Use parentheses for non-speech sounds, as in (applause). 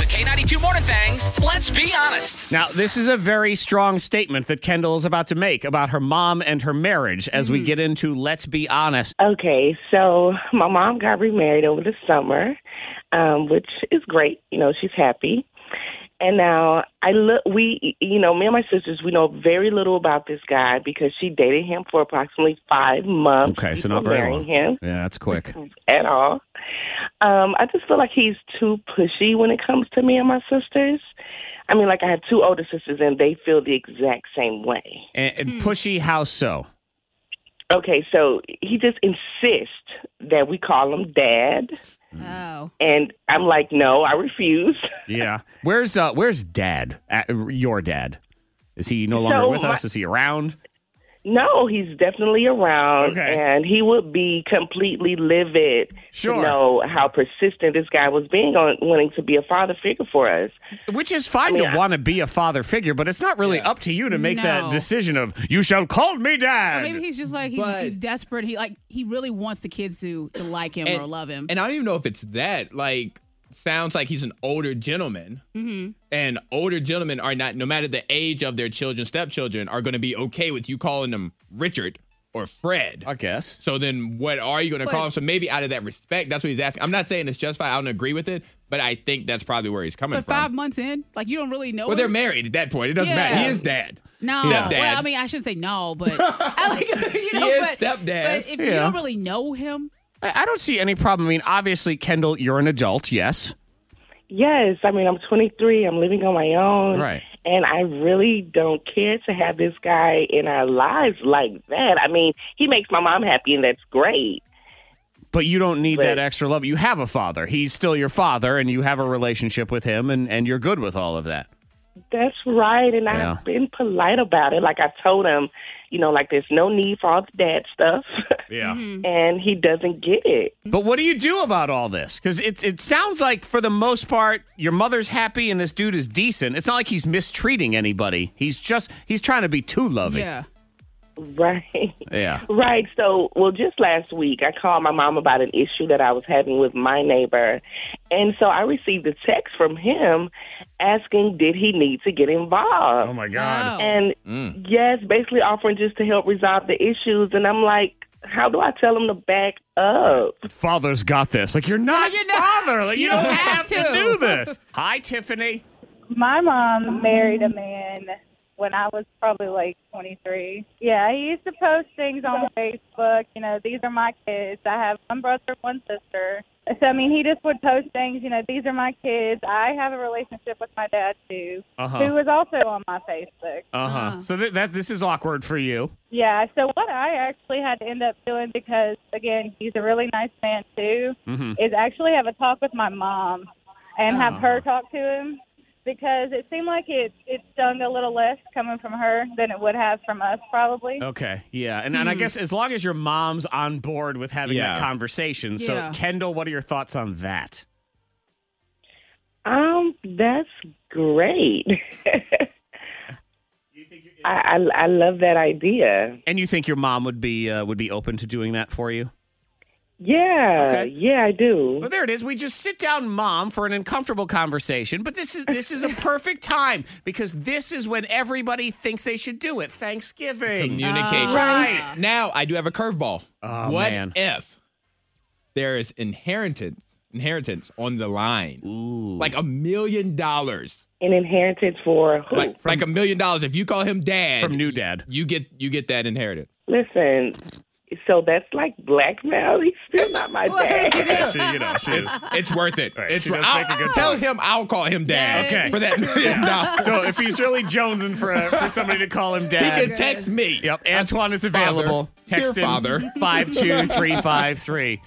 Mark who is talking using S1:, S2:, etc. S1: K92 Morning Thangs. Let's be honest.
S2: Now, this is a very strong statement that Kendall is about to make about her mom and her marriage as
S3: Mm-hmm.
S2: we get into Let's Be Honest.
S3: Okay, so my mom got remarried over the summer, um, which is great. You know, she's happy. And now I look, we, you know, me and my sisters, we know very little about this guy because she dated him for approximately five months.
S2: Okay, so
S3: before
S2: not very long.
S3: marrying him
S2: Yeah, that's quick.
S3: at all. Um, I just feel like he's too pushy when it comes to me and my sisters. I mean, like I have two older sisters and they feel the exact same way.
S2: And,
S3: Hmm.
S2: and pushy, how so?
S3: Okay, so he just insists that we call him dad,
S4: Oh.
S3: and I'm like, no, I refuse. (laughs)
S2: Yeah. Where's uh where's dad? Uh, your dad? Is he no longer
S3: So
S2: with
S3: my-
S2: us? Is he around?
S3: No, he's definitely around,
S2: Okay.
S3: and he would be completely livid
S2: Sure.
S3: to know how persistent this guy was being on wanting to be a father figure for us.
S2: Which is fine
S3: mean,
S2: to
S3: I-
S2: want to be a father figure, but it's not really up to you to make that
S4: No.
S2: decision of you shall call me dad.
S4: Maybe he's just like he's,
S5: But-
S4: he's desperate. He like he really wants the kids to to like him or love him.
S5: And I don't even know if it's that. Like, sounds like he's an older gentleman.
S4: Mm-hmm.
S5: And older gentlemen are not, no matter the age of their children, stepchildren, are going to be okay with you calling them Richard or Fred.
S2: I guess.
S5: So then what are you going to call him? So maybe out of that respect, that's what he's asking. I'm not saying it's justified. I don't agree with it, but I think that's probably where he's coming
S4: but
S5: from.
S4: five months in, like you don't really know.
S5: well, they're
S4: him.
S5: married at that point. It doesn't matter. He
S4: Yeah.
S5: is dad.
S4: No,
S5: Stepdad.
S4: well, I mean, I shouldn't say
S5: (laughs)
S4: no, but I like, (laughs) you know,
S5: He is
S4: but,
S5: stepdad.
S4: But if
S2: Yeah.
S4: you don't really know him,
S2: I, I don't see any problem. I mean, obviously, Kendall, you're an adult, yes.
S3: Yes, I mean, I'm 23, I'm living on my own,
S2: Right.
S3: and I really don't care to have this guy in our lives like that. I mean, he makes my mom happy, and that's great.
S2: But you don't need that
S3: Right.
S2: extra love. You have a father. He's still your father, and you have a relationship with him, and, and you're good with all of that.
S3: That's right, and
S2: Yeah.
S3: I've been polite about it. Like I told him, you know, like there's no need for all the dad stuff, (laughs)
S2: Yeah.
S4: Mm-hmm.
S3: and he doesn't get it. (laughs)
S2: But what do you do about all this? Because it, it sounds like, for the most part, your mother's happy and this dude is decent. It's not like he's mistreating anybody. He's just, he's trying to be too loving.
S4: yeah,
S3: Right.
S2: Yeah.
S3: Right. So, well, just last week, I called my mom about an issue that I was having with my neighbor. And so I received a text from him asking, did he need to get involved?
S2: my
S4: God. Wow.
S3: And yes, basically offering just to help resolve the issues. And I'm like, how do I tell him to back up?
S2: Father's got this. Like, you're not
S4: No, you're not.
S2: father. Like, you, don't, have to.
S4: to.
S2: do
S4: (laughs)
S2: this. Hi, Tiffany.
S6: My mom married a man when I was probably like 23. Yeah, he used to post things on Facebook. You know, these are my kids. I have one brother, one sister. So, I mean, he just would post things, you know, these are my kids. I have a relationship with my dad, too,
S2: Uh-huh.
S6: who was also on my Facebook.
S2: Uh huh.
S4: Uh-huh.
S2: So th- that this is awkward for you.
S6: Yeah, so what I actually had to end up doing because again, he's a really nice man too, is actually have a talk with my mom and have her talk to him because it seemed like it it stung a little less coming from her than it would have from us probably.
S2: Okay. Yeah. And, and I guess as long as your mom's on board with having that
S5: Yeah.
S2: conversation.
S4: Yeah.
S2: So, Kendall, what are your thoughts on that?
S3: Um, that's great. (laughs) I, I I love that idea.
S2: And you think your mom would be uh, would be open to doing that for you?
S3: Yeah,
S2: Okay.
S3: yeah, I do.
S2: Well, there it is. We just sit down, mom, for an uncomfortable conversation. But this is this is a perfect time because this is when everybody thinks they should do it. Thanksgiving.
S5: Communication.
S2: Oh, Right.
S5: Now I do have a curveball.
S2: Oh,
S5: what
S2: man.
S5: if there is inheritance, inheritance on the line? Like a million dollars.
S3: An inheritance for who?
S5: Like like a million dollars. If you call him dad,
S2: From new dad.
S5: you get you get that inheritance.
S3: Listen, so that's like blackmail. He's still not my dad.
S2: She, you know, she (laughs)
S5: (laughs)
S2: is.
S5: It's worth it.
S2: Right,
S5: it's
S2: she
S5: wor-
S2: does make a
S5: I'll-
S2: good
S5: Tell
S2: point.
S5: him I'll call him dad.
S2: Okay.
S5: For that million dollars.
S2: So if he's really jonesing for a, for somebody to call him
S5: He
S2: dad,
S5: can text me.
S2: Yep, Antoine is available.
S5: Father.
S2: Text
S5: Dear
S2: him
S5: father.
S2: 52353.